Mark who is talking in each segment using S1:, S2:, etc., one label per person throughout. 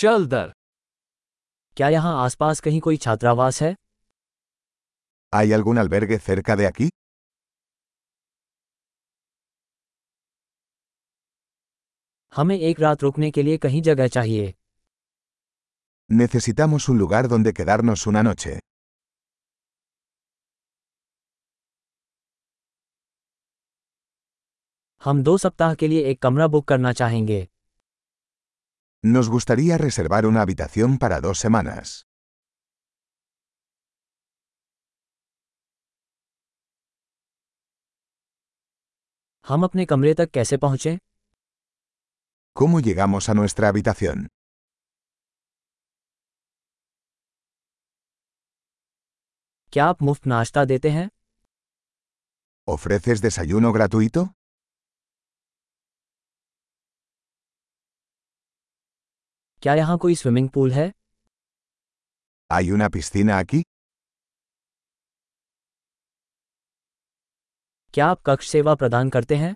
S1: चल दर
S2: क्या यहाँ आसपास कहीं कोई छात्रावास है
S3: ¿Hay algún albergue cerca de aquí?
S2: हमें एक रात रुकने के लिए कहीं जगह चाहिए
S3: Necesitamos un lugar donde quedarnos una noche.
S2: हम दो सप्ताह के लिए एक कमरा बुक करना चाहेंगे
S3: Nos gustaría reservar una habitación para dos semanas.
S2: हम अपने कमरे तक कैसे पहुँचें
S3: ¿Cómo llegamos a nuestra habitación?
S2: क्या आप मुफ्त नाश्ता देते हैं
S3: ¿Ofreces desayuno gratuito?
S2: क्या यहाँ कोई स्विमिंग पूल है
S3: ¿Hay una piscina aquí?
S2: क्या आप कक्ष सेवा प्रदान करते हैं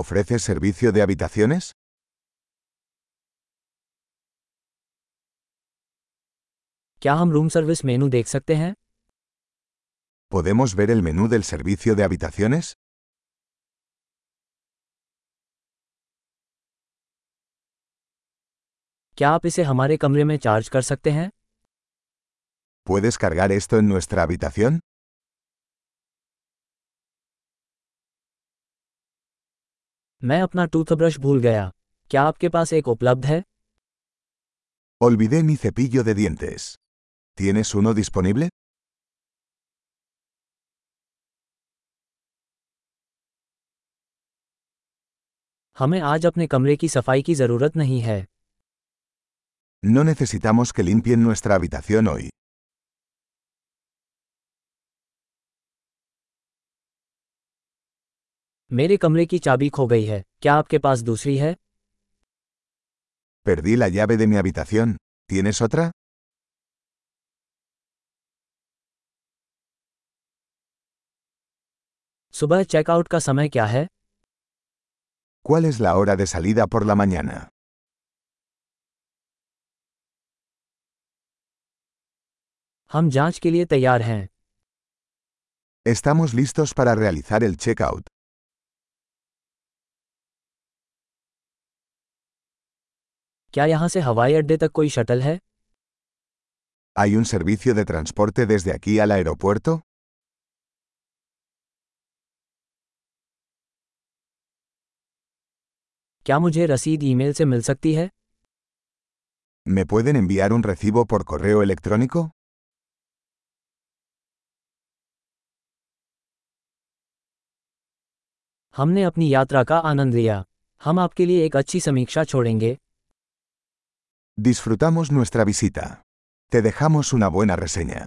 S3: ¿Ofreces servicio de habitaciones?
S2: क्या हम रूम सर्विस मेनू देख सकते हैं
S3: ¿Podemos ver el menú del servicio de habitaciones?
S2: क्या आप इसे हमारे कमरे में चार्ज कर सकते हैं
S3: ¿Puedes cargar esto en nuestra habitación?
S2: मैं अपना टूथब्रश भूल गया क्या आपके पास एक उपलब्ध है
S3: Olvidé mi cepillo de dientes. ¿Tienes uno disponible?
S2: हमें आज अपने कमरे की सफाई की ज़रूरत नहीं है
S3: No necesitamos que limpien nuestra habitación hoy.
S2: मेरे कमरे की चाबी खो गई है क्या आपके पास दूसरी है
S3: Perdí la llave de mi habitación. ¿Tienes otra?
S2: सुबह चेकआउट का समय क्या है
S3: ¿Cuál es la hora de salida por la mañana?
S2: हम जांच के लिए तैयार हैं
S3: Estamos listos para realizar el checkout.
S2: क्या यहाँ से हवाई अड्डे तक कोई शटल है
S3: ¿Hay un servicio de transporte desde aquí al aeropuerto?
S2: क्या मुझे रसीद ईमेल से मिल सकती है
S3: ¿Me pueden enviar un recibo por correo electrónico?
S2: हमने अपनी यात्रा का आनंद लिया हम आपके लिए एक अच्छी समीक्षा छोड़ेंगे
S3: Disfrutamos nuestra visita. Te dejamos una buena reseña.